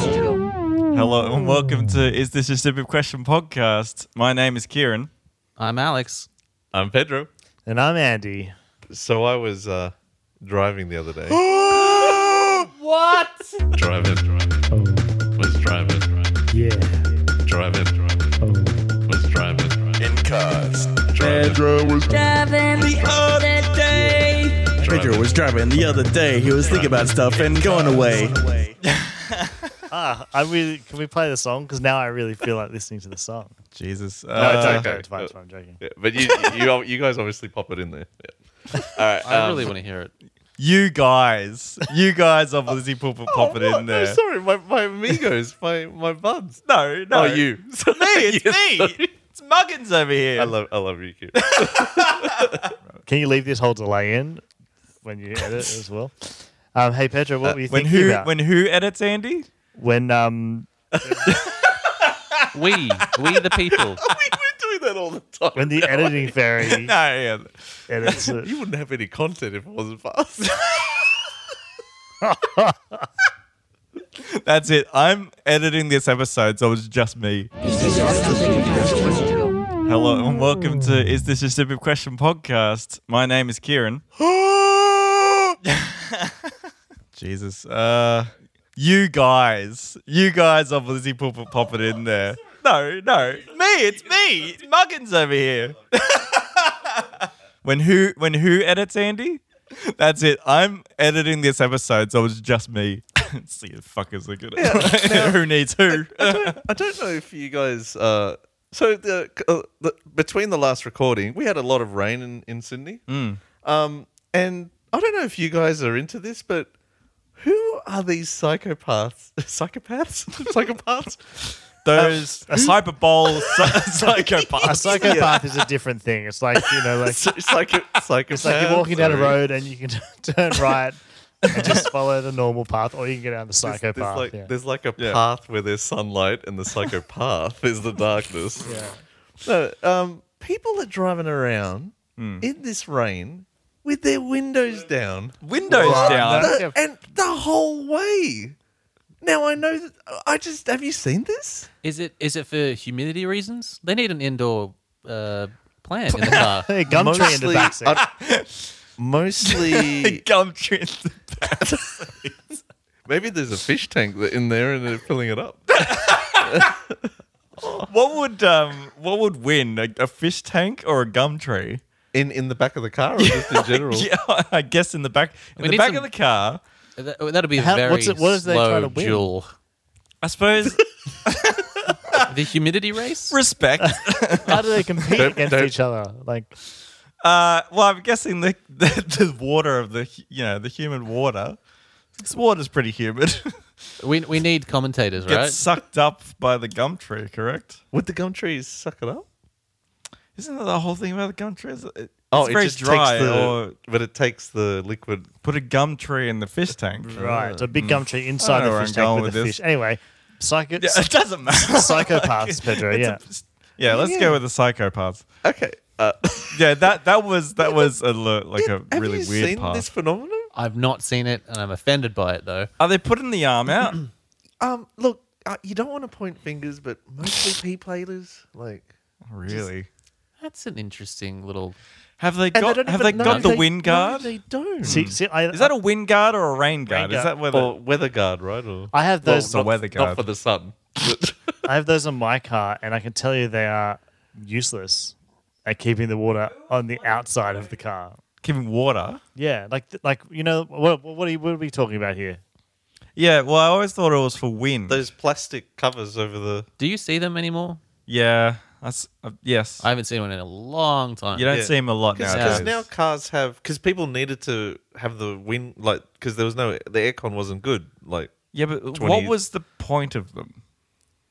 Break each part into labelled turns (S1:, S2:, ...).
S1: Hello and welcome to Is This a Stupid Question podcast. My name is Kieran.
S2: I'm Alex.
S3: I'm Pedro.
S4: And I'm Andy.
S3: So I was uh, driving the other day. what? Driving, driving,
S5: Oh,
S3: was driving, driving,
S5: yeah.
S3: driving, driving,
S5: Oh,
S3: was driving, driving. In cars. Driving,
S6: Pedro was
S7: Seven.
S1: Pedro was driving the other day. He was thinking about stuff and going away.
S4: Ah, I really can we play the song? Because now I really feel like listening to the song.
S1: Jesus. Uh,
S4: No, it's
S3: Uh,
S4: okay.
S3: okay.
S4: It's fine, it's fine, I'm joking.
S3: Yeah, but you, you, you guys obviously pop it in there. Yeah. All right.
S2: I
S3: um,
S2: really want to hear it.
S1: You guys. You guys are Lizzie Pulpit popping
S3: what?
S1: in there.
S3: No, sorry, my, my amigos, my my buds.
S1: No, no.
S3: Oh, you.
S1: It's me. It's
S3: You're
S1: me.
S3: sorry.
S1: It's Muggins over here.
S3: I love I love you, kid.
S4: Can you leave this whole delay in when you edit as well? Um, hey Pedro,
S3: Uh,
S4: what were you
S1: when
S4: thinking
S1: who
S4: about
S1: when who edits Andy?
S4: when um
S2: We, we the people.
S3: We're doing that all the time.
S4: when the editing fairy
S1: No, yeah.
S4: edits it?
S3: you wouldn't have any content if it wasn't for us.
S1: That's it. I'm editing this episode, so it's just me. Hello and welcome to Is This a Stupid Question podcast. My name is Kieran. Jesus. Uh, you guys. You guys are Lizzie Pulpit popping in there. No, no. Me, it's me. It's Muggins over here. when who when who edits Andy? That's it. I'm editing this episode, so it's just me. See the fuckers are good. who needs who?
S3: I don't know if you guys. Uh, so the, uh, the between the last recording, we had a lot of rain in in Sydney. Um, and I don't know if you guys are into this, but who are these psychopaths? Psychopaths? psychopaths?
S1: Those a hyperbole
S4: A
S1: psychopaths.
S4: psychopath is a different thing. It's like you know, like
S3: Psycho- psychopaths.
S4: it's like you're walking down a road and you can turn right and just follow the normal path, or you can go down the
S3: There's,
S4: psychopath.
S3: there's like,
S4: yeah.
S3: there's like a
S1: Yeah.
S3: path where there's sunlight, and the psychopath is the darkness. No, um, people are driving around in this rain with their windows down.
S1: Windows down.
S4: no.
S3: The-
S4: Yeah.
S3: and the whole way. Now I know. That, I just have you seen this?
S2: Is it is it for humidity reasons? They need an indoor uh, plant in the car.
S4: Hey, gum tree in the back seat.
S3: I- mostly,
S1: Gum tree in the back.
S3: maybe there's a fish tank that- in there and they're filling it up.
S1: What would um what would win? A, a fish tank or a gum tree?
S3: In in the back of the car, or just in general.
S1: Yeah, I guess in the back in
S2: We
S1: the
S2: need
S1: back
S2: some-
S1: of the car.
S2: That, that'll be a
S4: How-
S2: very
S4: what's it- what is they
S2: slow
S4: trying to win?
S2: duel.
S1: I suppose
S2: The humidity race.
S1: respect.
S4: How do they compete
S3: Don't-
S4: against
S3: don't-
S4: each other? Like
S1: Uh, well, I'm guessing the, the the water of the hu- you know the humid water. This water's pretty humid.
S2: We we need commentators,
S1: Gets
S2: right?
S1: sucked up by the gum tree, correct?
S3: Would the gum trees suck it up?
S1: Isn't that the whole thing about the gum tree? Is it- It's
S3: Oh, it
S1: very
S3: just
S1: dry.
S3: Takes the,
S1: Or
S3: But it takes the liquid.
S1: put a gum tree in the fish tank.
S4: Right, so a
S1: Mm.
S4: big gum tree
S1: know
S4: inside
S1: where
S4: the
S1: I'm
S4: fish
S1: going
S4: tank with
S1: with
S4: the
S1: this.
S4: fish. Anyway, psycho-
S1: Yeah, it doesn't matter.
S4: psychopaths, Pedro.
S1: It's a-
S4: Yeah,
S1: yeah, let's
S3: Yeah.
S1: go with the psychopaths.
S3: Okay. Uh,
S1: Yeah, that that was that was a lo- like a
S3: have
S1: really
S3: you
S1: weird
S3: seen
S1: path.
S3: this phenomenon?
S2: I've not seen it, and I'm offended by it though.
S1: Are they putting the arm out?
S3: Um, look, uh, you don't want to point fingers, but mostly pea platers, like.
S1: really?
S2: That's an interesting little.
S1: Have they
S3: And
S1: got
S3: they don't
S1: have they
S3: even know.
S1: got the
S3: They-
S1: wind guard?
S3: No, they don't.
S4: see, see, I,
S1: Is that a wind guard or a rain guard? Is
S4: guard.
S1: that where the
S3: or weather guard, right? Or
S4: I have those.
S1: not- weather guard.
S3: not for the sun.
S4: I have those on my car, and I can tell you they are useless at keeping the water on the outside of the car.
S1: giving water?
S4: Yeah, like like you know what what are, you, what are we talking about here?
S1: Yeah, well, I always thought it was for wind.
S3: Those plastic covers over the.
S2: Do you see them anymore?
S1: yeah, that's uh, yes.
S2: I haven't seen one in a long time.
S1: you don't
S3: Yeah.
S1: see them a lot now.
S3: Because now cars have, because people needed to have the wind, like, because there was no, the aircon wasn't good. Like,
S1: yeah, but
S3: 20
S1: what was the point of them?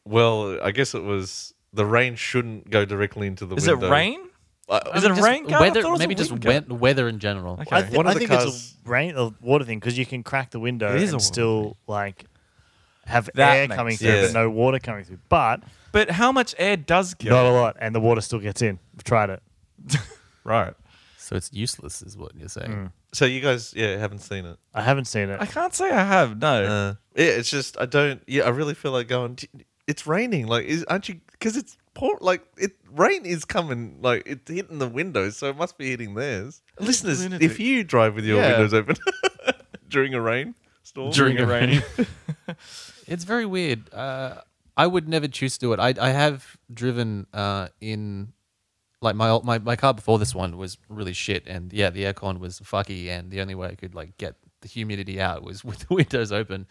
S3: well, I guess it was the rain shouldn't go directly into the
S1: Is
S3: window.
S1: it rain?
S3: Uh,
S1: Is it a
S2: Just
S1: rain guard? I
S2: Weather,
S1: thought it was a
S2: maybe just
S1: wind guard.
S2: we- weather in general.
S1: Okay.
S4: I, thi-
S3: one of
S4: I
S3: the
S4: think it's
S3: cars-
S4: a rain a water thing because you can crack the window
S1: It is a
S4: and
S1: water
S4: still like have
S1: That
S4: air
S1: makes
S4: coming
S1: sense.
S4: through,
S3: Yeah.
S4: but no water coming through. But
S1: But how much air does get?
S4: not a lot, and the water still gets in. I've tried it.
S1: Right. Hmm.
S2: So it's useless, is what you're saying.
S3: So you guys, yeah, haven't seen it.
S4: I haven't seen it.
S1: I can't say I have. No.
S3: Uh, yeah, it's just I don't. Yeah, I really feel like going. "D- It's raining. Like, is, aren't you? Because it's poor. Like, it rain is coming. Like, it's hitting the windows, so it must be hitting theirs. Listeners, if
S1: lunatic.
S3: you drive with your
S1: Yeah.
S3: windows open during a rain storm,
S1: During a
S2: During a
S1: rain.
S2: It's very weird. Uh, I would never choose to do it. I, I have driven uh, in, like my, old- my my car before this one was really shit, and yeah, the aircon was fucky, and the only way I could like get the humidity out was with the windows open.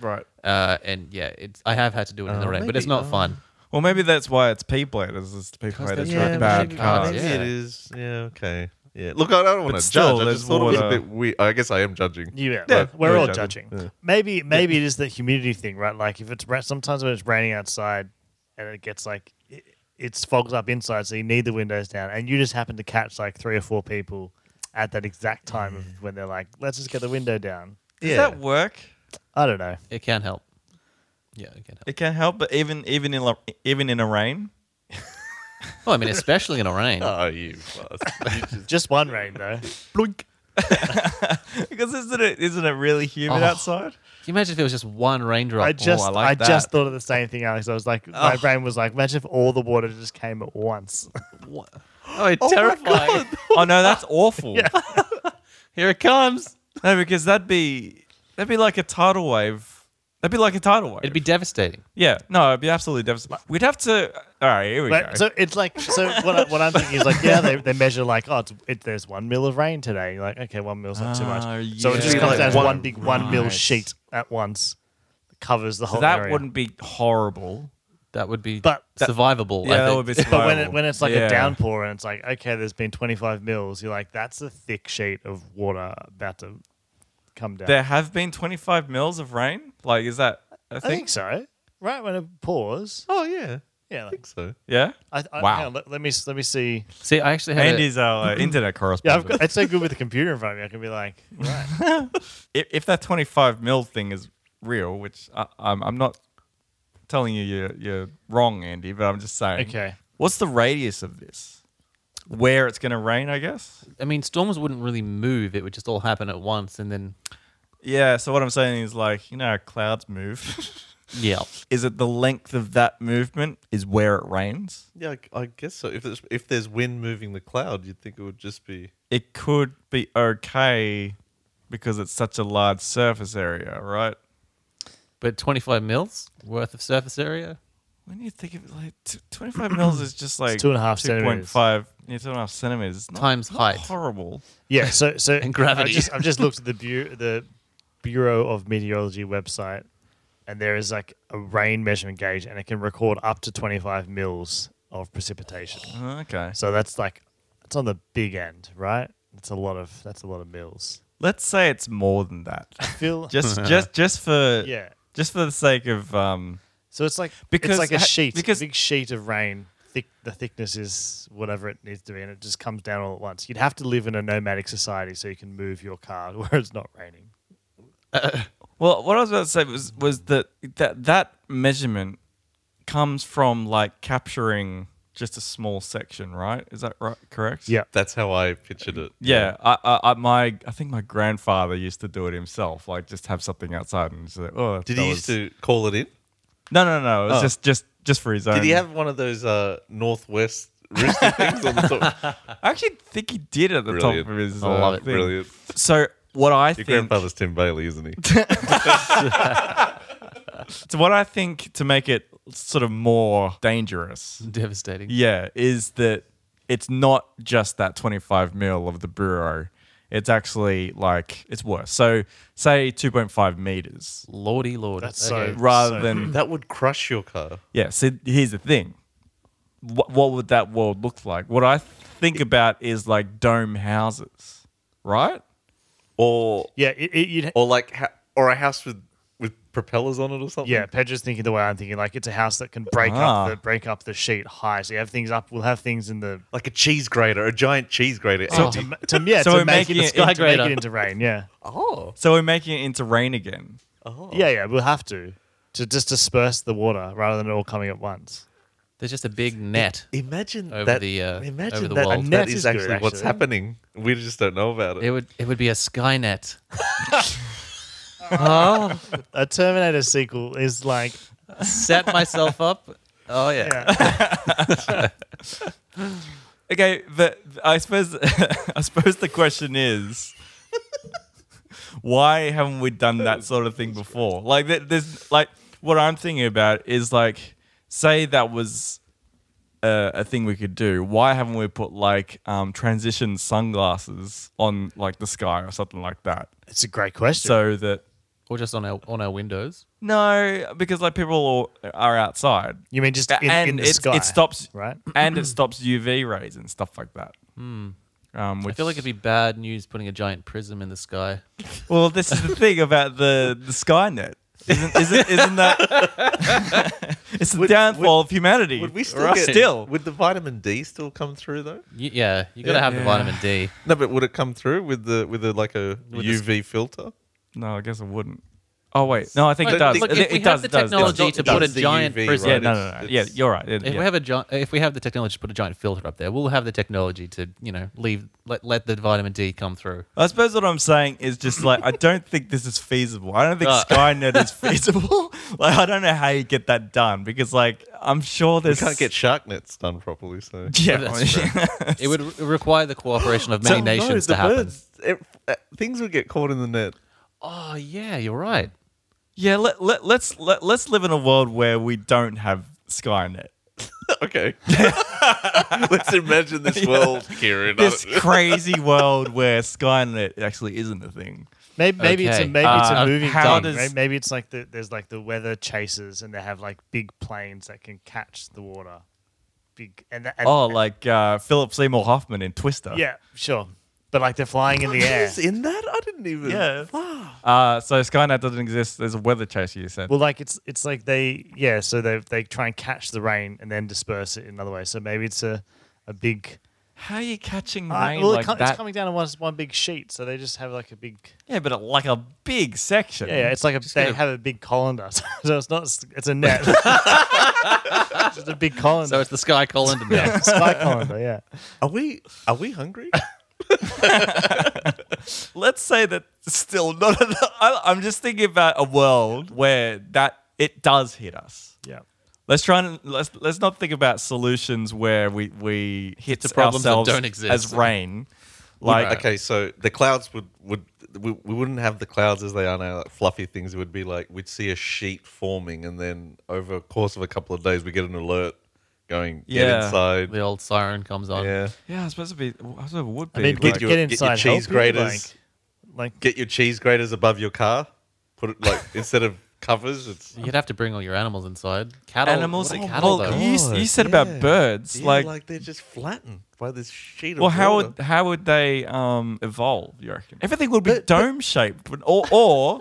S1: right.
S2: Uh, and yeah, it's I have had to do it in the
S3: Oh,
S2: rain, but it's
S3: maybe-
S2: not
S3: oh.
S2: fun.
S1: Well, maybe that's why it's P bladers. It's P
S2: Because
S1: bladers
S2: they-
S1: with
S2: yeah,
S1: bad
S2: maybe-
S1: cars.
S3: maybe
S2: Yeah.
S3: it is. Yeah, okay. Yeah. Look, I don't want to
S1: still,
S3: judge. I
S1: there's
S3: just thought it was a
S1: water.
S3: bit weird. I guess I am judging.
S4: Yeah,
S1: Yeah,
S4: we're- we're
S1: we're
S4: all
S3: judging.
S4: judging.
S3: Yeah.
S4: Maybe maybe it is the humidity thing, right? Like if it's ra- sometimes when it's raining outside and it gets like it, it's fogs up inside, so you need the windows down, and you just happen to catch like three or four people at that exact time of when they're like, "Let's just get the window down."
S1: Does
S3: Yeah.
S1: that work?
S4: I don't know.
S2: It can help. Yeah, it can help.
S1: It can help, but even even in lo- even in a rain,
S2: Well, I mean, especially in a rain.
S3: Oh, you bastard. You just-
S4: Just one rain though.
S1: because isn't it isn't it really humid
S2: Oh.
S1: outside?
S2: Can you imagine if it was just one raindrop?
S4: I just
S1: I
S4: I,
S1: like that.
S4: just thought of the same thing, Alex. I was like, my brain was like, imagine if all the water just came at once.
S2: Oh, it's
S3: my
S2: terrifying.
S1: oh no, that's awful.
S2: Here it comes.
S1: No, because that'd be that'd be like a tidal wave. That'd be like a tidal wave.
S2: It'd be devastating.
S1: yeah. No, it'd be absolutely devastating. We'd have to. All right, here we
S4: But,
S1: go.
S4: so it's like so what, I, what I'm thinking is like yeah they, they measure like oh it's, it, there's one mil of rain today You're like okay one mil's not too much
S1: Ah,
S4: so
S1: yeah.
S4: it just
S1: Be
S4: comes
S1: like
S4: down as
S1: one-
S4: one big one mil
S1: Right.
S4: sheet at once covers the whole
S1: So that
S4: area.
S1: wouldn't be horrible.
S2: That would be
S4: But- That-
S2: survivable. I
S1: Yeah, that
S2: think.
S1: would be.
S4: but when it, when it's like
S1: Yeah.
S4: a downpour and it's like okay there's been 25 mils you're like that's a thick sheet of water about to come down
S1: there have been 25 mils of rain. Like, is that a
S4: I
S1: thing?
S4: think so right when it pours
S3: oh, yeah.
S4: yeah
S3: I think
S4: like,
S3: so.
S1: Yeah.
S4: I, I,
S1: Wow.
S4: hang on, let, let me s- let me see
S2: See, I actually had a,
S1: Andy's our uh, internet
S4: yeah I've
S1: correspondent.
S4: got, it's so good with the computer in front of me I can be like right
S1: if, if that 25 mil thing is real, which I, I'm, I'm not telling you you're, you're wrong, Andy, but I'm just saying.
S4: okay
S1: What's the radius of this? Where it's going to rain, I guess?
S2: I mean, storms wouldn't really move. It would just all happen at once, and then
S1: Yeah. So what I'm saying is, like, you know, how clouds move.
S2: yeah,
S1: is it the length of that movement is where it rains?
S3: Yeah, I, I guess so. If there's, if there's wind moving the cloud, you'd think it would just be.
S1: It could be okay because it's such a large surface area, right?
S2: but twenty-five mils worth of surface area.
S1: When you think of it, like t- 25 mils is just like
S4: two and a half
S1: 2.5
S4: centimeters.
S1: yeah, two and a half centimeters It's not-
S2: Times
S1: not
S2: height.
S1: Horrible.
S4: Yeah, so so
S2: And gravity.
S4: I've just, I've just looked at the bu- the Bureau of Meteorology website, and there is like a rain measurement gauge, and it can record up to twenty five mils of precipitation.
S1: Uh, Okay.
S4: So that's like it's on the big end, right? That's a lot of that's a lot of mils.
S1: Let's say it's more than that.
S4: Phil,
S1: Just just just for
S4: yeah.
S1: just for the sake of um
S4: So it's like
S1: Because
S4: it's like a
S1: ha-
S4: sheet,
S1: because-
S4: because big sheet of rain. Thick, the thickness is whatever it needs to be, and it just comes down all at once. You'd have to live in a nomadic society so you can move your car where it's not raining.
S1: well what I was about to say was was that that that measurement comes from like capturing just a small section, right? Is that right correct?
S4: Yeah.
S3: That's how I pictured it.
S1: Yeah, I, I, I, my, I think my grandfather used to do it himself. Like, just have something outside and just like, oh.
S3: Did
S1: that
S3: he
S1: was-
S3: used to call it in?
S1: No, no, no. It was
S3: Oh.
S1: just, just, just for his own.
S3: Did he have one of those uh, northwest wristy things on the top?
S1: I actually think he did at the
S3: Brilliant.
S1: top of his.
S2: I love
S1: uh,
S2: it.
S1: thing.
S3: Brilliant.
S1: So what I
S3: Your
S1: think,
S3: grandfather's Tim Bailey, isn't he?
S1: so what I think to make it sort of more dangerous,
S2: Devastating.
S1: yeah, is that it's not just that 25 mil of the bureau. It's actually like it's worse. So say 2.5 meters
S2: Lordy lord.
S4: That's so-
S1: rather
S4: So-
S1: than
S3: that would crush your car.
S1: Yeah. So here's the thing. What, what would that world look like? What I think about is like dome houses, right?
S3: Or
S4: Yeah, it, it, you'd,
S3: or like ha- or a house with with propellers on it or something.
S4: Yeah, Pedro's thinking the way I'm thinking. Like it's a house that can break
S1: Ah.
S4: up the break up the sheet high. So you have things up. We'll have things in the
S3: Like a cheese grater, a giant cheese grater.
S4: so
S3: empty.
S4: to, to- yeah.
S1: So we're
S4: to make
S1: making
S4: it,
S1: it
S4: to make
S2: integrator.
S4: it into rain. Yeah,
S3: Oh.
S1: So we're making it into rain again.
S3: oh.
S4: yeah, yeah. We'll have to to just disperse the water rather than it all coming at once.
S2: There's just a big net.
S3: Imagine
S2: Over
S3: that.
S2: the, uh,
S3: imagine
S2: over the
S3: that.
S2: world.
S4: A
S3: That
S4: net
S3: is,
S4: is good,
S3: actually what's
S4: actually.
S3: happening. We just don't know about it.
S2: It would it would be a sky net. Oh,
S4: A Terminator sequel is like,
S2: Set myself up. Oh yeah.
S4: yeah,
S1: Okay, but I suppose I suppose the question is why haven't we done that sort of thing before? Like there- there's like what I'm thinking about is like say that was a, a thing we could do. Why haven't we put like um, transition sunglasses on like the sky or something like that
S4: it's a great question.
S1: so that
S2: Or just on our on our windows.
S1: no because like people are outside
S4: you mean just in,
S1: and
S4: in the
S1: it,
S4: sky?
S1: it stops
S4: right?
S1: and it stops UV rays and stuff like that. Um,
S2: Hmm. I
S1: which,
S2: feel like it'd be bad news putting a giant prism in the sky.
S1: Well, this is the thing about the the Skynet. Isn't isn't, isn't that? it's the
S3: Would-
S1: downfall of humanity.
S3: would we still
S1: right?
S3: get,
S1: still?
S3: Would the vitamin D still come through though?
S2: Y- yeah, you gotta have the
S1: Yeah.
S2: vitamin D.
S3: No, but would it come through with the with the like a
S2: With the
S3: UV filter?
S1: no, I guess it wouldn't. Oh wait, no, I think
S2: Look,
S1: it does.
S2: look,
S1: it,
S2: if we
S1: it does.
S2: have the
S1: it does, it does.
S2: technology to put a
S3: It's the
S2: giant
S3: UV,
S2: prism.
S1: yeah,
S3: right?
S1: no, no,
S3: It's-
S1: no. Yeah,
S3: it's-
S1: you're right. It-
S2: If
S1: yeah.
S2: we have a gi- if we have the technology to put a giant filter up there, we'll have the technology to you know leave let let the vitamin D come through.
S1: I suppose what I'm saying is just like I don't think this is feasible. I don't think
S2: Uh.
S1: Skynet is feasible. like I don't know how you get that done because like I'm sure
S3: We
S1: there's
S3: can't get shark nets done properly, so
S1: yeah.
S2: That's It would re- require the cooperation of many
S3: So, no,
S2: nations
S3: the
S2: to happen.
S3: birds, it- uh, things would get caught in the net.
S2: Oh yeah, you're right.
S1: Yeah, let, let, let's let, let's live in a world where we don't have Skynet.
S3: okay. Let's imagine this world, Kieran.
S1: This crazy world where Skynet actually isn't a thing.
S4: Maybe, maybe it's a
S2: Okay.
S4: maybe it's
S1: Uh,
S4: a moving
S1: how
S4: thing.
S1: does-
S4: right? Maybe it's like the, there's like the weather chasers, and they have like big planes that can catch the water. Big and, that- and
S1: Oh, like uh, Philip Seymour Hoffman in Twister.
S4: yeah, sure, but like they're flying in the air.
S3: Who's in that? I didn't even.
S1: Yeah. Uh, so Skynet doesn't exist. There's a weather chaser. You said.
S4: Well, like it's it's like they yeah, so they they try and catch the rain and then disperse it in another way. So maybe it's a a big
S1: How are you catching
S4: Uh,
S1: rain
S4: well, it
S1: like
S4: co-
S1: that?
S4: it's coming down in one one big sheet. So they just have like a big
S1: yeah, but uh, like a big section.
S4: yeah, yeah it's like a, they have a big colander. So it's not s- it's a net. It's just a big colander.
S2: So it's the sky colander now.
S4: spy colander, yeah.
S3: Are we? Are we hungry?
S1: Let's say that still not. Enough. I, I'm just thinking about a world where that it does hit us.
S4: Yeah.
S1: Let's try and let's let's not think about solutions where we we hit
S2: To problems that
S1: ourselves
S2: don't exist.
S1: as rain.
S3: like,
S1: Like
S3: okay, so the clouds would would we, we wouldn't have the clouds as they are now, like fluffy things. It would be like we'd see a sheet forming, and then over a course of a couple of days, we get an alert going, get
S1: Yeah.
S3: inside.
S2: the old siren comes on.
S3: Yeah,
S1: yeah, I suppose it'd be. I suppose it would be.
S4: I mean,
S1: like,
S4: get,
S3: your-
S4: get
S3: get your
S4: inside,
S3: cheese
S4: help you,
S3: graters.
S4: Like, like
S3: get your cheese graters above your car. Put it like instead of covers, it's
S2: You'd have to bring all your animals inside. Cattle,
S1: animals.
S2: what are
S1: like-
S2: cattle
S1: well,
S2: though.
S1: you, s- you said about birds.
S3: Yeah,
S1: like,
S3: they're just flattened by this sheet. Of
S1: well, how
S3: water.
S1: would how would they um, evolve? You reckon everything would be dome shaped, but or or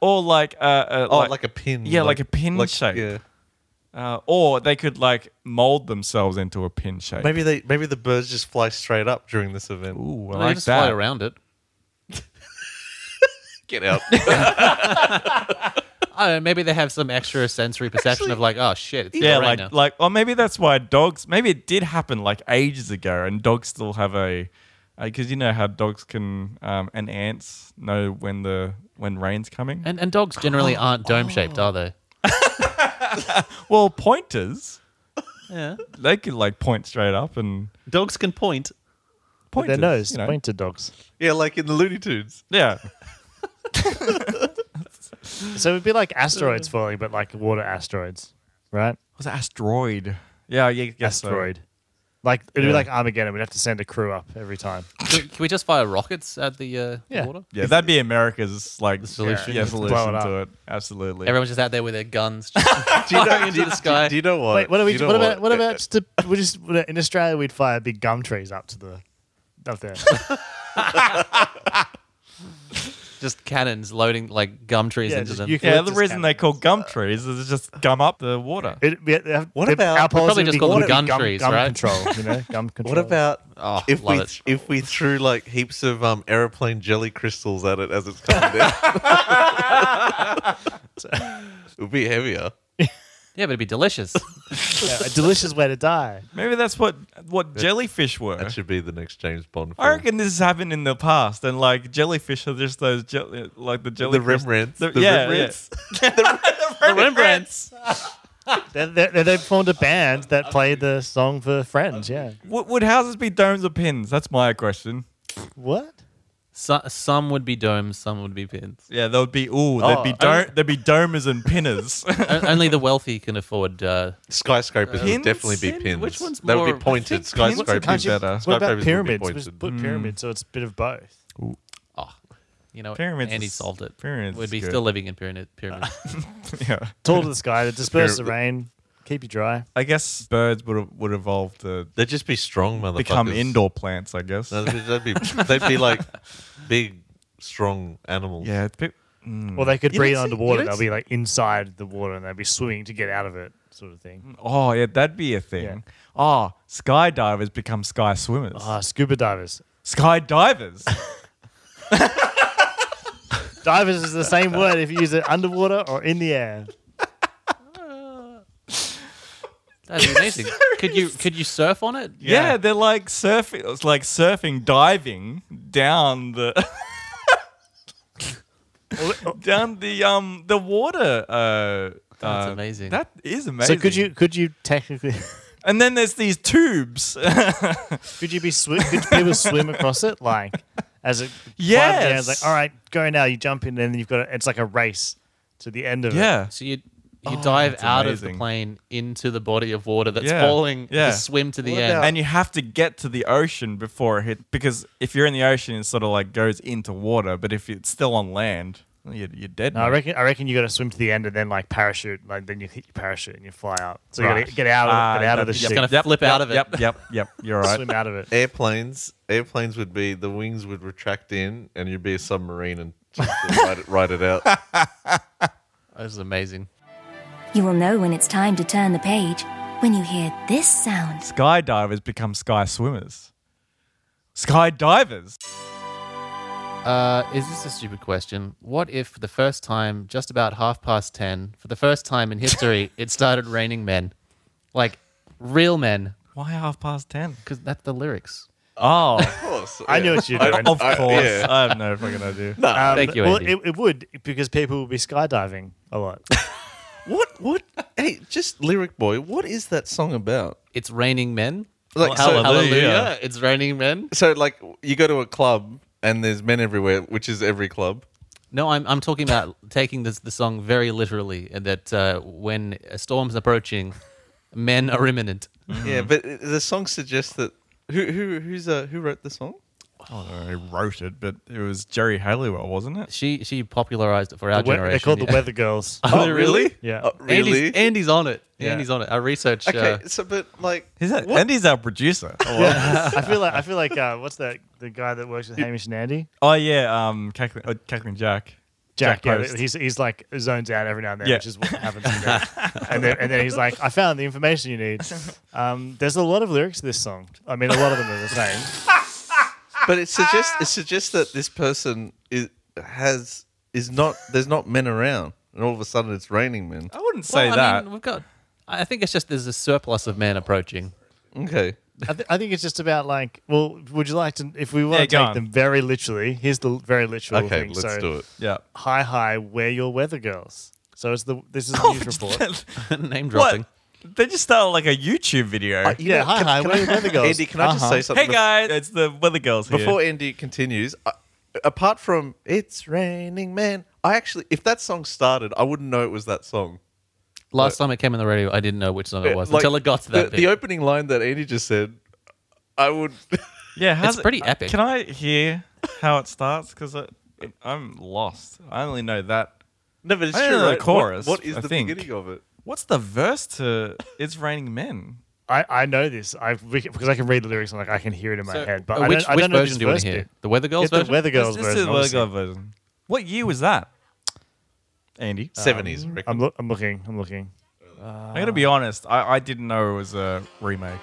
S1: or like uh, uh
S3: Oh, like, a pin.
S1: yeah, like a pin shape.
S3: Yeah.
S1: uh, or they could like mold themselves into a pin shape.
S3: Maybe they maybe the birds just fly straight up during this event.
S1: Ooh, I
S2: Well, you
S1: like
S2: just
S1: that.
S2: fly around it.
S3: Get out.
S2: I don't know, maybe they have some extra sensory perception of like, oh shit, it's
S1: Yeah,
S2: yeah, right
S1: like
S2: now.
S1: like, or maybe that's why dogs. Maybe it did happen like ages ago, and dogs still have a, because you know how dogs can um, and ants know when the when rain's coming.
S2: and and dogs generally aren't dome shaped, are they?
S1: well, pointers
S2: Yeah.
S1: they can like point straight up and
S2: Dogs can point.
S1: point
S4: their nose, pointed dogs.
S3: yeah, like in the Looney Tunes.
S1: Yeah,
S4: So it'd be like asteroids falling, but like water asteroids, right?
S1: was it asteroid? Yeah, yeah, guess so.
S4: asteroid. Like it'd
S1: Yeah.
S4: be like Armageddon. We'd have to send a crew up every time.
S2: can we just fire rockets at the uh,
S4: Yeah.
S2: water?
S1: Yeah, that'd be America's like
S2: solution.
S1: Yeah,
S2: Just
S4: blow
S1: solution
S4: it up.
S1: to it. Absolutely.
S2: Everyone's just out there with their guns, just firing into the sky.
S3: Do you know what?
S4: Wait, what are we?
S3: Do you
S4: What,
S3: know
S4: about? What about? Just a, we just in Australia we'd fire big gum trees up to the up there.
S2: just cannons loading like gum trees
S4: Yeah,
S2: into
S4: just
S2: them.
S4: you can-
S1: yeah, the
S4: eucalyptus
S1: reason they
S4: cannons.
S1: call gum trees is just gum up the water.
S4: It, we, they have,
S3: What
S4: they-
S3: about-
S4: our
S3: We'll
S4: policy
S2: probably
S4: would
S2: just
S4: be
S2: call them
S4: gum-
S2: gun
S4: gum-
S2: trees,
S4: gum
S2: right?
S4: Control, you know, gum control.
S3: What about
S2: Oh,
S3: if
S2: love
S3: we
S2: it.
S3: if we threw like heaps of um aeroplane jelly crystals at it as it's coming down? it would be heavier.
S2: Yeah, but it'd be delicious.
S4: Yeah, a delicious way to die.
S1: Maybe that's what what jellyfish were.
S3: That should be the next James Bond. Film.
S1: I reckon this has happened in the past, and like jellyfish are just those jelly, like the
S3: the
S1: jellyfish.
S3: Rembrandts.
S1: The-
S3: the
S1: yeah,
S3: Rembrandts.
S2: the Rembrandts.
S4: They, they, they formed a band that played the song for Friends. Yeah.
S1: Would, would houses be domes or pins? That's my question.
S4: What?
S2: So, some would be domes, some would be pins.
S1: Yeah, there would be ooh,
S2: Oh,
S1: there'd be
S2: I
S1: dome, there'd be domers and pinners.
S2: O- Only the wealthy can afford. Uh,
S3: Skyscrapers would
S1: Pins?
S3: definitely be pins.
S2: Pins? Which one's
S3: That would
S2: more-
S3: be pointed.
S1: I think pins are
S3: Skyscrapers.
S1: kind of- Better.
S3: Skyscrapers
S4: What
S3: would
S4: about
S3: be
S4: pyramids?
S3: pointed. Hmm.
S4: Just put pyramids, so it's a bit of both.
S2: oh, you know,
S1: Pyramids
S2: Andy
S1: is-
S2: solved it.
S1: pyramids
S2: We'd
S1: is
S2: be
S1: good.
S2: still living in pyramid pyramids.
S1: yeah,
S4: Tall to the sky to disperse the
S3: pyramid.
S4: rain, keep you dry.
S1: I guess birds would have- would evolve to
S3: They'd just be strong motherfuckers.
S1: become indoor plants. I guess.
S3: No, That'd be, that'd be, they'd be like big, strong animals.
S1: Yeah, it's a bit-
S4: Or they could
S3: You
S4: breathe
S3: don't see-
S4: underwater.
S3: you don't
S4: They'll be like inside the water and they'll be swimming to get out of it, sort of thing.
S1: oh yeah, that'd be a thing. Oh, skydivers become sky swimmers.
S4: Ah, scuba divers.
S1: Skydivers.
S4: Divers is the same word if you use it underwater or in the air.
S2: That'd be amazing. could you could you surf on it?
S1: yeah. they're like surfing. It's like surfing, diving down the down the um the water. Uh,
S2: That's
S1: uh,
S2: amazing.
S1: That is amazing.
S4: So could you could you technically
S1: And then there's these tubes.
S4: could you be swi- could people swim across it like as it climbs down,
S1: Yes.
S4: it's like all right go now you jump in and then you've got a, it's like a race to the end of it.
S1: yeah.
S2: So you you dive
S1: Oh, that's
S2: out of
S1: amazing.
S2: the plane into the body of water that's
S1: Yeah,
S2: falling.
S1: yeah.
S2: Yeah. Just swim to the
S3: What
S2: end.
S3: about-
S1: And you have to get to the ocean before it hit because if you're in the ocean, it sort of like goes into water. But if it's still on land, you're, you're dead.
S4: No, I
S1: mate.
S4: reckon I reckon you got to swim to the end and then like parachute like then you hit your parachute and you fly out. So you got
S1: Right.
S4: to get out of,
S1: Ah,
S4: get out of the
S1: yep,
S4: ship,
S2: Just gonna flip
S1: yep,
S2: out of it.
S1: Yep, yep, yep. You're right.
S4: swim out of it.
S3: Airplanes. Airplanes would be the wings would retract in, and you'd be a submarine and just ride, it, ride it out.
S2: This is amazing.
S5: You will know when it's time to turn the page when you hear this sound.
S1: Skydivers become sky swimmers. Skydivers.
S2: Uh, is this a stupid question? What if for the first time, just about half past ten, for the first time in history, it started raining men, like real men,
S1: Why half past ten?
S2: because that's the lyrics.
S1: Oh,
S3: Of course.
S4: I
S3: yeah.
S4: knew what you were
S3: I-
S4: doing.
S1: of
S3: I-
S1: course.
S3: yeah.
S1: I have no fucking idea.
S4: Um,
S2: Thank you,
S4: Well,
S2: Andy.
S4: it, it would because people will be skydiving a lot.
S3: What? What? Hey, just lyric boy. What is that song about?
S2: It's raining men.
S3: Like
S1: Well,
S3: so,
S1: hello. Hallelujah.
S2: Hallelujah! It's raining men.
S3: so, like you go to a club and there's men everywhere, which is every club.
S2: No, I'm I'm talking about taking this the song very literally, and that uh, when a storm's approaching, men are imminent.
S3: Yeah, but it- the song suggests that who who who's uh, who wrote the song?
S1: I don't know who wrote it, but it was Jerry Halliwell, wasn't it?
S2: She she popularized it for our
S4: The we-
S2: generation.
S4: they're called the
S2: yeah.
S4: Weather Girls.
S2: Oh, really?
S4: Yeah.
S3: Oh, really?
S2: Andy's, Andy's on it.
S4: Yeah.
S2: Andy's on it. Our research.
S3: okay,
S2: Uh,
S3: so but like
S1: Is that,
S3: what-
S1: Andy's our producer. Oh, well.
S4: Yeah. I feel like I feel like uh, what's that? The guy that works with Hamish and Andy,
S1: Oh yeah, um, Cackling, uh, Cackling Jack.
S4: Jack. yeah,
S1: Post.
S4: he's he's like zones out every now and then,
S1: Yeah.
S4: which is what happens. to me. and then and then he's like, I found the information you need. Um, there's a lot of lyrics to this song. I mean, a lot of them are the same.
S3: but it suggests it suggests that this person is has is not there's not men around, and all of a sudden it's raining men.
S1: I wouldn't say
S2: well, I
S1: that.
S2: mean, we've got. I think it's just there's a surplus of men approaching.
S3: Okay,
S4: I, th- I think it's just about like, well, would you like to? If we want
S1: Yeah,
S4: to
S1: go
S4: take
S1: on.
S4: them very literally, here's the very literal
S3: okay,
S4: thing.
S3: let's
S4: so,
S3: do it.
S1: yeah.
S4: Hi, hi, we're your weather girls. So it's the this is
S1: Oh,
S4: the news report.
S2: Name dropping.
S1: what? They just started like a YouTube video.
S4: yeah, hi, hi, we're your weather girls.
S3: Andy, can I just
S4: Uh-huh.
S3: say something?
S1: hey
S3: bef-
S1: guys, it's the Weather Girls here.
S3: Before Andy continues, I, apart from "It's Raining Man," I actually, if that song started, I wouldn't know it was that song.
S2: Last time it came on the radio, I didn't know which song it was
S3: Like,
S2: until it got to
S3: the,
S2: that bit.
S3: the opening line that Andy just said. I would.
S1: yeah, how's
S2: It's pretty
S1: uh,
S2: epic.
S1: Can I hear how it starts? Because I'm lost. I only know that.
S3: no, but it's
S1: I don't
S3: true.
S1: know the
S3: right? What-
S1: chorus,
S3: what is
S1: I
S3: the
S1: think.
S3: beginning of it?
S1: What's the verse to "It's Raining Men"?
S4: I, I know this. I we can- because I can read the lyrics and like I can hear it in my
S2: So,
S4: head.
S2: uh,
S4: But I
S2: which,
S4: don't, I
S2: which
S4: don't know
S2: version
S4: this
S2: do you want
S4: verse
S2: to hear?
S4: bit.
S2: The Weather Girls
S4: It's the
S2: version.
S4: weather girls
S1: This
S4: version.
S1: is the Weather
S4: obviously.
S1: Girls version. What year was that, Andy?
S3: Seventies. I reckon.
S4: I'm, loo- I'm looking. I'm looking.
S1: I'm gonna be honest. I, I didn't know it was a remake.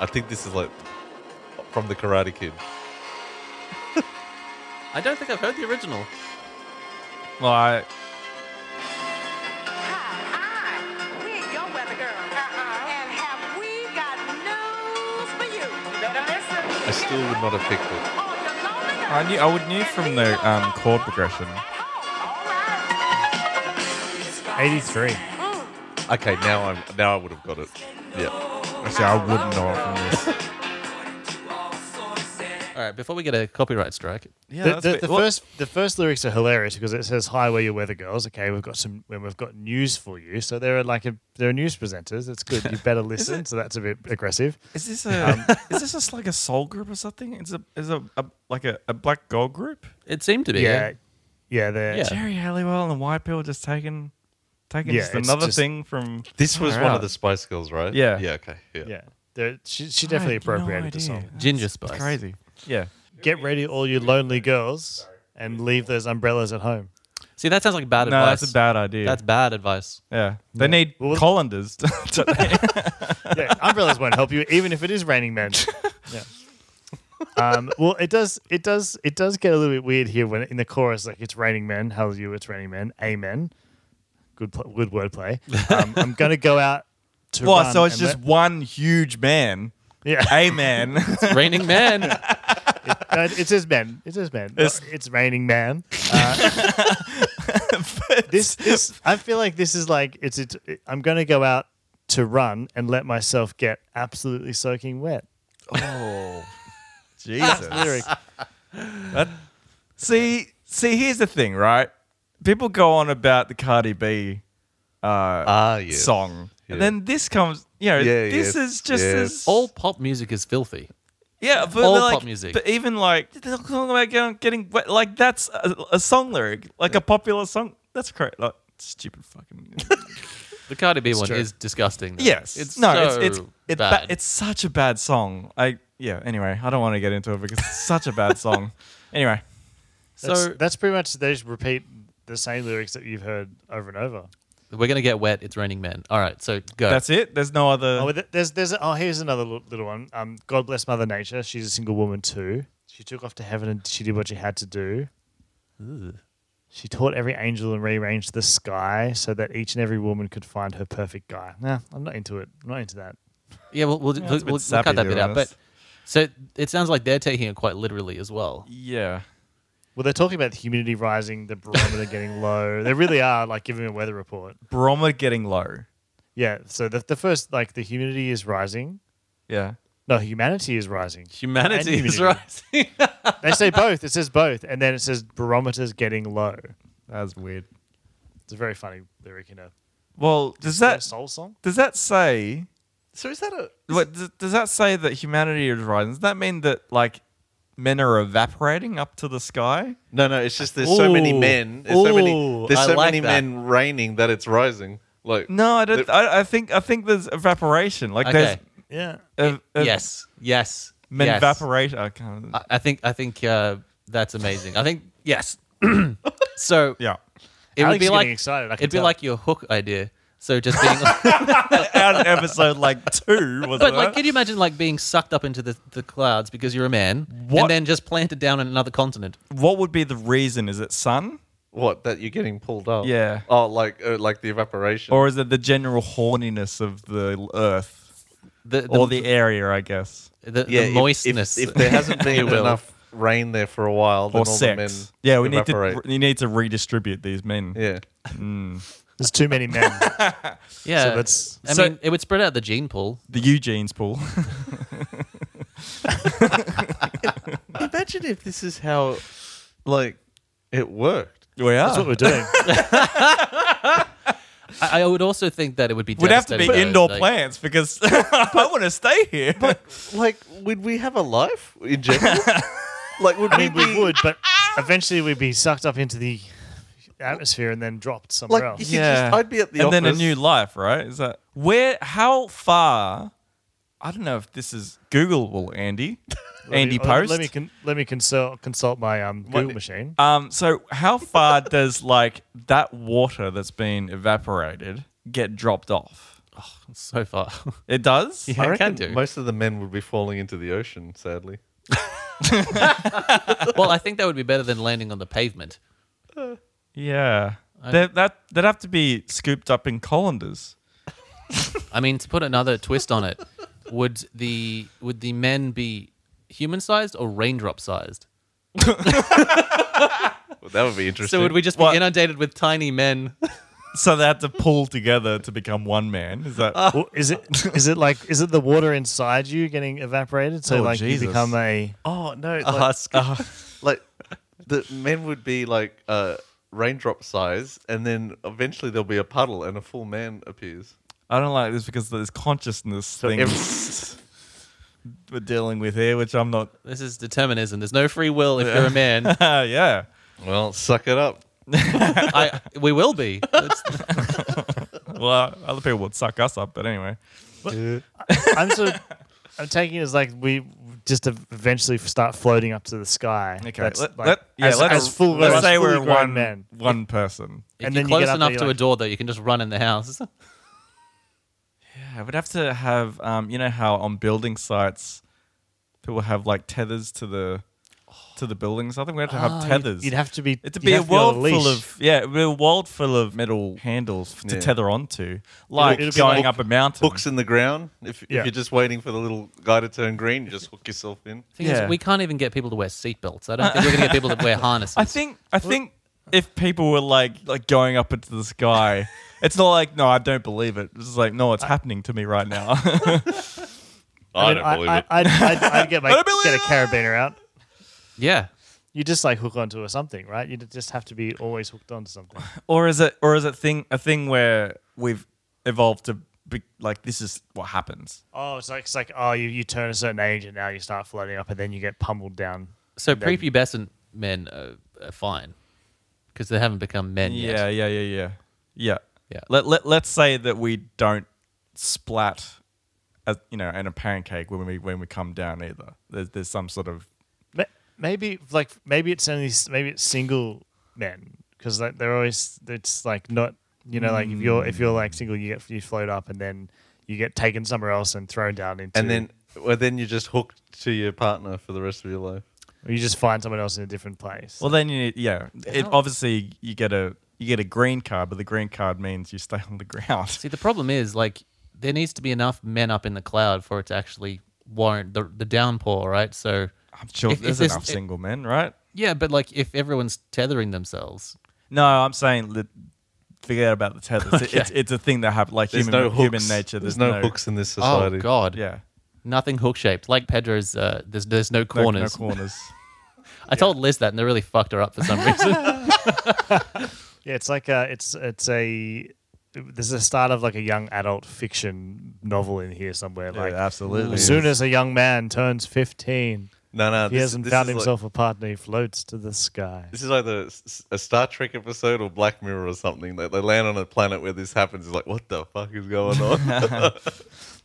S3: I think this is like from the Karate Kid.
S2: I don't think I've heard the original.
S1: Like,
S3: still would not have picked it.
S1: I knew I would knew from the um, chord progression.
S4: 83.
S3: Okay, now I'm now I would have got it. Yeah.
S1: Actually, I wouldn't know it from this.
S2: All right, before we get a copyright strike,
S1: Yeah,
S4: the, the, the first the first lyrics are hilarious because it says hi where you weather girls okay we've got some well, we've got news for you so there are like a, there are news presenters it's good you better listen so that's a bit aggressive
S1: is this a
S4: Um,
S1: is this just like a soul group or something? Is a is a, a like a, a black girl group?
S2: it seemed to be.
S4: yeah yeah they're
S2: Yeah.
S1: Jerry Halliwell and the White Pill just taking taking
S4: Yeah,
S1: just
S4: it's
S1: another
S4: just-
S1: thing from
S3: This was
S1: Far
S3: one
S1: out.
S3: of the Spice Girls, right?
S1: Yeah.
S3: Yeah. Okay. Yeah.
S4: yeah They're- she, she
S1: I
S4: definitely
S1: had no
S4: appropriated the
S1: idea.
S4: song
S2: Ginger
S1: That's
S2: Spice.
S1: crazy. Yeah.
S4: get ready all you lonely girls and leave those umbrellas at home
S2: See, that sounds like bad
S1: No,
S2: advice.
S1: that's a bad idea.
S2: That's bad advice.
S1: yeah. They need
S4: Well,
S1: colanders.
S4: yeah, umbrellas won't help you, even if it is raining men. Yeah. Um, well, it does. It does. It does get a little bit weird here when in the chorus, like it's raining men. Hell you, it's raining men. Amen. Good, pl- good wordplay. Um, I'm gonna go out to
S1: well,
S4: run
S1: so it's
S4: and
S1: just
S4: let-
S1: one huge man.
S4: yeah.
S1: A man.
S2: Raining man.
S4: No, it, it says men. It says men. No, It's, raining man. Uh, this, this. I feel like this is like it's. it's I'm gonna go out to run and let myself get absolutely soaking wet.
S1: oh. Jesus.
S4: Lyric.
S1: See, see, here's the thing, right? People go on about the Cardi B uh,
S3: Ah, yeah.
S1: song,
S3: Yes.
S1: and then this comes. You know,
S3: Yeah,
S1: this
S3: yes,
S1: is just
S3: yes.
S1: as
S2: All pop music is filthy.
S1: yeah, but
S2: all
S1: they're like,
S2: pop music.
S1: But even like they're talking about getting, getting wet, like that's a, a song lyric, like a popular song. That's correct. Like stupid fucking.
S2: The Cardi B one
S4: true.
S2: is disgusting. though.
S1: yes,
S2: It's
S1: no,
S2: so
S1: it's it's it's, ba-
S2: bad.
S1: it's such a bad song. I yeah. Anyway, I don't want to get into it because it's such a bad song. Anyway,
S2: so
S4: That's, that's pretty much they just repeat the same lyrics that you've heard over and over.
S2: we're gonna get wet. It's raining men. All right, so go.
S1: that's it. There's no other.
S4: Oh, th- there's there's oh here's another li- little one. Um, God bless Mother Nature. She's a single woman too. She took off to heaven and she did what she had to do. She taught every angel and rearranged the sky so that each and every woman could find her perfect guy. Nah, I'm not into it. I'm not into that.
S2: yeah, we'll we'll,
S1: it's a bit
S2: we'll, we'll
S1: sappy,
S2: cut that
S1: to
S2: bit
S1: be
S2: out. But
S1: honest.
S2: so it sounds like they're taking it quite literally as well.
S1: yeah.
S4: Well, they're talking about the humidity rising, the barometer getting low. They really are like giving a weather report.
S1: Broma getting low.
S4: Yeah. So the the first like the humidity is rising.
S1: Yeah.
S4: No, humanity is rising.
S2: Humanity
S4: And
S2: is
S4: humidity.
S2: rising.
S4: They say both. It says both, and then it says barometers getting low.
S1: That's weird.
S4: It's a very funny lyric in a,
S1: Well, does
S4: in a
S1: that
S4: soul song.
S1: does that say
S3: So is that a?
S1: what does, does that say that humanity is rising? Does that mean that like men are evaporating up to the sky?
S3: No, no. It's just there's so many
S2: Ooh.
S3: men. There's so many.
S2: Ooh,
S3: There's
S2: I
S3: so
S2: like
S3: many
S2: that.
S3: men raining that it's rising. Like
S1: No, I don't. I, I think I think there's evaporation. Like
S2: Okay.
S4: Yeah.
S1: there's uh, uh,
S2: yes. Yes.
S1: men
S2: yes.
S1: evaporate. I can't.
S2: I, I think. I think uh, that's amazing. I think yes. so
S1: yeah.
S2: it
S4: Alex
S2: would be
S4: is
S2: like
S4: getting excited, I can
S2: it'd be
S4: tell.
S2: like your hook idea. So just being. like-
S1: Out of episode like two was
S2: But like, could you imagine like being sucked up into the, the clouds because you're a man,
S1: What-
S2: and then just planted down in another continent?
S1: What would be the reason? Is it sun,
S3: what? That you're getting pulled up.
S1: Yeah.
S3: Oh, like uh, like the evaporation.
S1: or is it the general horniness of the earth
S2: The, the,
S1: or the area? I guess
S2: the,
S3: yeah,
S2: the
S3: if-
S2: moistness.
S3: If, if, there hasn't
S2: you
S3: been
S2: will.
S3: enough rain there for a while,
S1: or
S3: then all
S1: sex.
S3: the men
S1: Yeah, we need
S3: evaporate.
S1: to. You need to redistribute these men.
S3: Yeah.
S4: There's too many men.
S2: yeah,
S4: that's-
S2: I
S1: So-
S2: mean, it would spread out the gene pool.
S1: The Eugene's pool.
S3: Imagine if this is how, like, it worked.
S1: we
S4: That's what
S1: are.
S4: we're doing.
S2: I, I would also think that it would be.
S1: We'd have to be
S2: devastating, though,
S1: indoor
S2: like-
S1: plants because I want to stay here.
S3: Like, would we have a life in general? like, would
S4: I
S3: we
S4: mean,
S3: be-
S4: we would, but eventually we'd be sucked up into the atmosphere and then dropped somewhere
S3: Like, you could
S4: else.
S3: just, I'd be at the
S1: and
S3: office.
S1: then a new life, right? Is that where? How far? I don't know if this is Googleable, Andy. Andy
S4: Let me-
S1: Post.
S4: Let me con- let me consult consult my um, Google machine.
S1: um. So how far does like that water that's been evaporated get dropped off?
S2: so far.
S1: It does.
S2: Yeah,
S3: I
S2: it
S3: reckon
S2: can do.
S3: most of the men would be falling into the ocean, sadly.
S2: well, I think that would be better than landing on the pavement.
S1: Yeah. They, that they'd have to be scooped up in colanders.
S2: I mean, to put another twist on it, would the would the men be human sized or raindrop sized?
S3: Well, that would be interesting.
S2: So would we just be
S1: What?
S2: inundated with tiny men?
S1: So they had to pull together to become one man. Is that
S4: Well, is it is it like is it the water inside you getting evaporated? So
S1: Oh,
S4: like
S1: Jesus. Uh,
S4: you become a
S3: Oh no! Like,
S2: husk.
S3: like the men would be like uh, raindrop size, and then eventually there'll be a puddle and a full man appears.
S1: I don't like this because there's consciousness things
S3: every-
S1: we're dealing with here, which I'm not. ah,
S2: This is determinism. There's no free will if you're a man.
S1: yeah.
S3: Well, suck it up.
S2: I, we will be. It's-
S1: Well, other people would suck us up, but anyway.
S4: I'm sort of I'm taking it as like we just eventually start floating up to the sky.
S1: Okay.
S4: That's,
S1: let,
S4: like,
S1: let- yeah,
S4: as,
S1: let's,
S4: as full
S1: let's
S4: as
S1: say
S4: fully
S1: we're
S4: grown
S1: one
S4: men.
S1: one person.
S2: if
S4: And
S2: you're
S4: then you
S2: close
S4: get up
S2: enough
S4: there,
S2: to
S4: you're
S2: a
S4: like-
S2: door, though, you can just run in the house.
S1: Yeah, I would have to have um, you know how on building sites people have like tethers to the to the buildings. I think we have to have tethers.
S4: Oh, Ah, You'd have to be.
S1: It'd
S4: you'd
S1: be a
S4: have to on
S1: world full
S4: leash.
S1: of yeah, it'd be a world full of metal handles f- to
S3: Yeah.
S1: tether onto, like
S4: it'll be
S1: going
S4: like
S1: up a mountain.
S3: Hooks in the ground. If,
S4: Yeah.
S3: if you're just waiting for the little guy to turn green, you just hook yourself in.
S2: thing
S1: Yeah.
S2: is, we can't even get people to wear seatbelts. I don't think we're going to get people to wear harnesses.
S1: I think I think if people were like like going up into the sky, it's not like no, I don't believe it. It's just like no, it's happening to me right now.
S4: I, mean, I, I, I'd, I'd, I'd get my
S1: I don't believe
S4: get a
S1: it.
S4: carabiner out.
S2: yeah.
S4: You just like hook onto a something, right? You just have to be always hooked onto something.
S1: or is it or is it thing a thing where we've evolved to be like this is what happens?
S4: Oh, it's like it's like oh, you, you turn a certain age and now you start floating up and then you get pummeled down.
S2: So prepubescent men are, are fine because they haven't become men yet.
S1: Yeah, yeah, yeah, yeah, yeah.
S2: Yeah.
S1: Let let let's say that we don't splat, as, you know, in a pancake when we when we come down either. There's there's some sort of
S4: Ma- Maybe like maybe it's only maybe it's single men because like they're always it's like not you know like if you're if you're like single you get you float up and then you get taken somewhere else and thrown down into
S3: And then, well, then you're just hooked to your partner for the rest of your life.
S4: or you just find someone else in a different place.
S1: Well, then you need, yeah. It, obviously, you get a you get a green card, but the green card means you stay on the ground.
S2: See, the problem is like there needs to be enough men up in the cloud for it to actually warrant the, the downpour, right? So
S1: I'm sure
S2: If- if
S1: there's
S2: there's-
S1: enough
S2: it-
S1: single men, right?
S2: yeah, but like if everyone's tethering themselves,
S1: No, I'm saying that. Forget about the tethers. It- It's it's a thing that happens, like
S3: There's
S1: human
S3: no hooks.
S1: human nature.
S3: There's, no, hooks in this society.
S2: oh god,
S1: Yeah,
S2: nothing hook shaped. Like Pedro's, uh, there's there's no
S1: No-
S2: corners.
S1: No, corners.
S2: I told Liz that, and they really fucked her up for some reason.
S4: Yeah, it's like a, it's it's a this is the start of like a young adult fiction novel in here somewhere. Like
S1: absolutely.
S4: as soon as a young man turns fifteen,
S3: No, no.
S4: he
S3: this,
S4: hasn't
S3: this
S4: found
S3: is like-
S4: himself a partner. He floats to the sky.
S3: This is like the, s- a Star Trek episode or Black Mirror or something. They, they land on a planet where this happens. It's like, what the fuck is going on?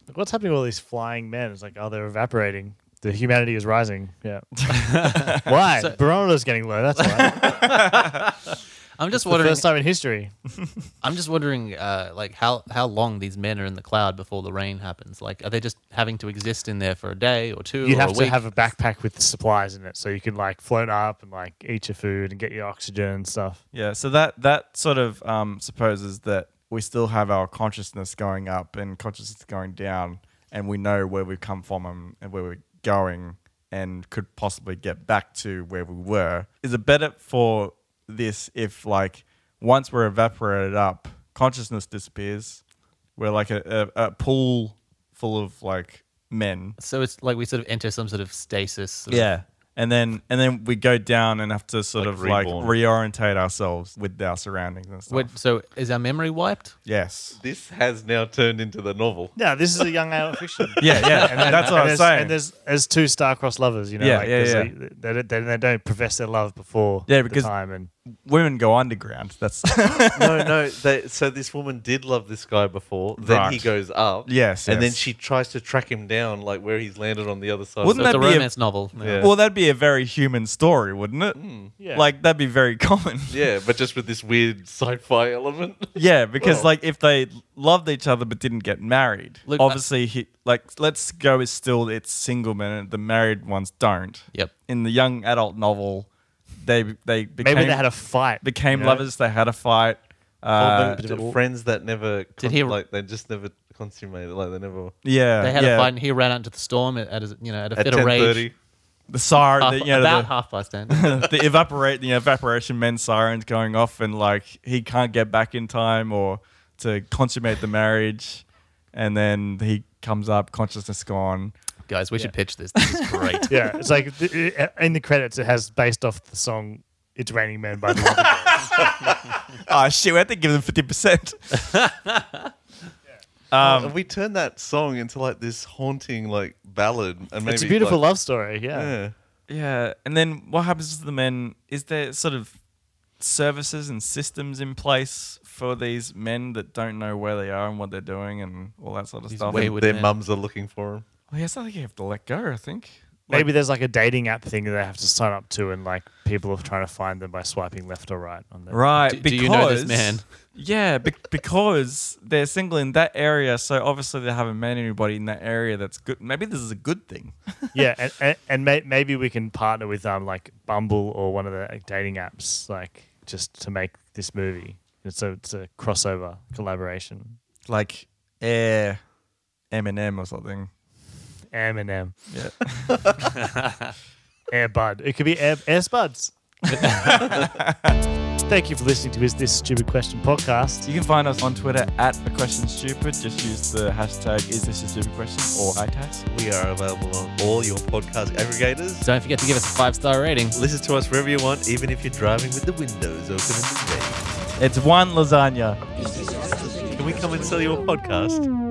S4: Like, What's happening with all these flying men? It's like oh, they're evaporating. The humanity is rising. Yeah. Why? Barometer's getting low. That's why.
S2: I'm just
S4: the
S2: wondering.
S4: first time in history.
S2: I'm just wondering, uh, like how how long these men are in the cloud before the rain happens? Like, are they just having to exist in there for a day or two?
S4: You'd
S2: or
S4: have
S2: a
S4: to
S2: week?
S4: have a backpack with supplies in it, so you can like float up and like eat your food and get your oxygen and stuff.
S1: Yeah, so that that sort of um, supposes that we still have our consciousness going up and consciousness going down, and we know where we've come from and, and where we're going, and could possibly get back to where we were. Is it better for this if like once we're evaporated up, consciousness disappears, we're like a, a, a pool full of like men
S2: So it's like we sort of enter some sort of stasis. sort of-
S1: yeah. And then and then we go down and have to sort
S3: Like
S1: of like
S3: reborn.
S1: reorientate ourselves with our surroundings and stuff.
S2: Wait, so is our memory wiped?
S1: yes.
S3: this has now turned into the novel.
S4: No, this is a young adult fiction.
S1: Yeah, yeah. that's what
S4: and
S1: I'm
S4: there's-
S1: saying.
S4: And there's there's two star-crossed lovers, you know.
S1: Yeah,
S4: like,
S1: yeah,
S4: there's
S1: yeah.
S4: a- they, don't- they, they don't profess their love before.
S1: Yeah, because-
S4: the time and
S1: Women go underground. That's
S3: no, no. They, so this woman did love this guy before. Then he
S1: Right.
S3: goes up.
S1: Yes,
S3: And then
S1: yes.
S3: she tries to track him down, like where he's landed on the other side.
S1: Wouldn't
S2: So it's a
S1: That'd be a-
S2: romance novel.
S3: Yeah.
S1: well, that'd be a very human story, wouldn't it?
S4: Yeah.
S1: Like that'd be very common.
S3: Yeah, but just with this weird sci-fi element.
S1: yeah, because
S3: Well-
S1: like if they loved each other but didn't get married,
S2: Look, I-
S1: obviously he like let's go is still it's single men and the married ones don't.
S2: Yep.
S1: In the young adult novel, they they became
S4: maybe they had a fight.
S1: became
S4: you know?
S1: lovers. They had a fight. Uh,
S3: Or the- the friends that never con-
S2: he-
S3: like they just never consummated like they never
S1: yeah,
S2: They had
S1: yeah.
S2: a fight and he ran out into the storm at, at his, you know, at a
S3: at
S2: fit of
S3: ten thirty.
S2: rage.
S1: the siren,
S2: Half-
S1: the, you know,
S2: Uh, about
S1: the,
S2: half past ten.
S1: the evaporate, the evaporation men sirens going off, and like he can't get back in time or to consummate the marriage, and then he comes up, consciousness gone.
S2: Guys, we should pitch this. This is great.
S4: Yeah, it's like th- in the credits, it has based off the song "It's Raining Men" by the Wonder Boys.
S1: oh shit, we have to give them fifty percent.
S3: and we turned that song into like this haunting like ballad. And maybe,
S4: It's a beautiful
S3: like,
S4: love story. Yeah.
S3: Yeah.
S1: Yeah, and then what happens to the men? Is there sort of services and systems in place for these men that don't know where they are and what they're doing and all that sort of
S2: These
S1: stuff?
S2: wayward-
S1: Well,
S2: Would
S3: Their
S2: it?
S3: mums are looking for him.
S1: yeah, it's not like you have to let go. I think. Like,
S4: Maybe there's like a dating app thing that they have to sign up to, and like people are trying to find them by swiping left or right on the
S1: Right.
S2: Do- do
S1: because,
S2: you know this man?
S1: Yeah, be- because they're single in that area, so obviously they haven't met anybody in that area that's good. Maybe this is a good thing.
S4: yeah, and and, and may, maybe we can partner with um like Bumble or one of the like, dating apps, like just to make this movie. It's a it's a crossover collaboration.
S1: like air Eminem or something.
S4: Eminem,
S1: Yeah.
S4: Air Bud. It could be Air, Air Spuds. Thank you for listening to Is This Stupid Question podcast.
S1: You can find us on Twitter at a question stupid. Just use the hashtag is this a stupid question or ITAS.
S3: We are available on all your podcast aggregators.
S2: Don't forget to give us a five star rating.
S3: Listen to us wherever you want, even if you're driving with the windows open in the day.
S1: It's one lasagna.
S3: Can we come and sell you a podcast?